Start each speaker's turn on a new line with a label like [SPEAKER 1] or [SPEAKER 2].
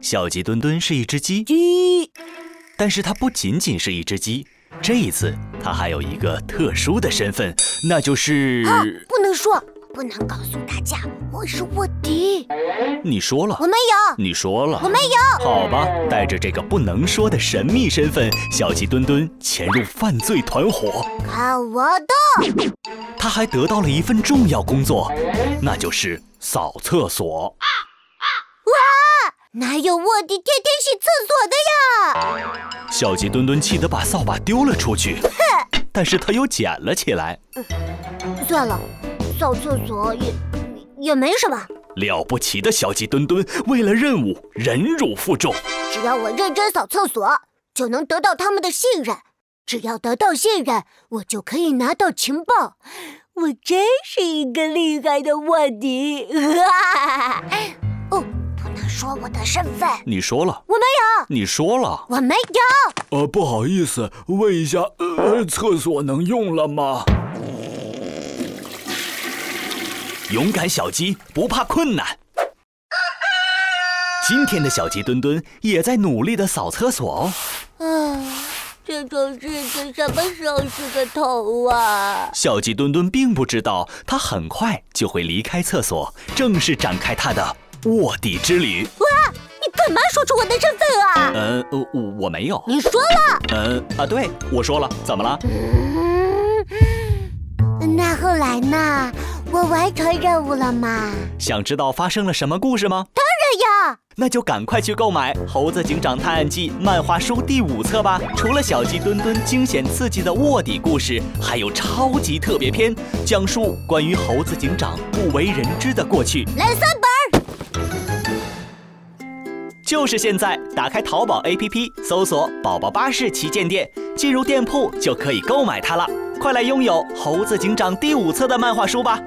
[SPEAKER 1] 小鸡墩墩是一只鸡，
[SPEAKER 2] 鸡，
[SPEAKER 1] 但是它不仅仅是一只鸡，这一次它还有一个特殊的身份，那
[SPEAKER 2] 啊
[SPEAKER 1] 就是……
[SPEAKER 2] 不能说，不能告诉大家我是卧底，
[SPEAKER 1] 你说了
[SPEAKER 2] 我，没有，
[SPEAKER 1] 你说了
[SPEAKER 2] 我，没有，
[SPEAKER 1] 好吧，带着这个不能说的神秘身份，小鸡墩墩潜入犯罪团伙，
[SPEAKER 2] 看我的，
[SPEAKER 1] 他还得到了一份重要工作，那就是扫厕所。
[SPEAKER 2] 哪有卧底天天洗厕所的呀？
[SPEAKER 1] 小鸡墩墩气得把扫把丢了出去，但是他又捡了起来。
[SPEAKER 2] 算了，扫厕所也也没什么，
[SPEAKER 1] 了不起的小鸡墩墩为了任务忍辱负重。
[SPEAKER 2] 只要我认真扫厕所，就能得到他们的信任。只要得到信任，我就可以拿到情报。我真是一个厉害的卧底！ 哦，不能说我的身份，
[SPEAKER 1] 你说了，
[SPEAKER 2] 我没有，
[SPEAKER 1] 你说了。
[SPEAKER 2] 我没有。
[SPEAKER 1] 呃，不好意思，问一下，呃，厕所能用了吗？勇敢小鸡不怕困难。今天的小鸡墩墩也在努力的扫厕所哦。
[SPEAKER 2] 啊，这种日子什么时候是个头啊？
[SPEAKER 1] 小鸡墩墩并不知道，它很快就会离开厕所，正式展开它的卧底之旅。
[SPEAKER 2] 你干嘛说出我的身份啊？
[SPEAKER 1] 嗯，呃我我没有。
[SPEAKER 2] 你说了。
[SPEAKER 1] 嗯啊，对，我说了，怎么了？
[SPEAKER 2] 那后来呢？我完成任务了吗？
[SPEAKER 1] 想知道发生了什么故事吗？
[SPEAKER 2] 哎呀，
[SPEAKER 1] 那就赶快去购买《猴子警长探案记》漫画书第五册吧！除了小鸡墩墩惊险刺激的卧底故事，还有超级特别篇，讲述关于猴子警长不为人知的过去。
[SPEAKER 2] 来三本。
[SPEAKER 1] 就是现在，打开淘宝 APP，搜索“宝宝巴士旗舰店”，进入店铺就可以购买它了。快来拥有《猴子警长》第五册的漫画书吧！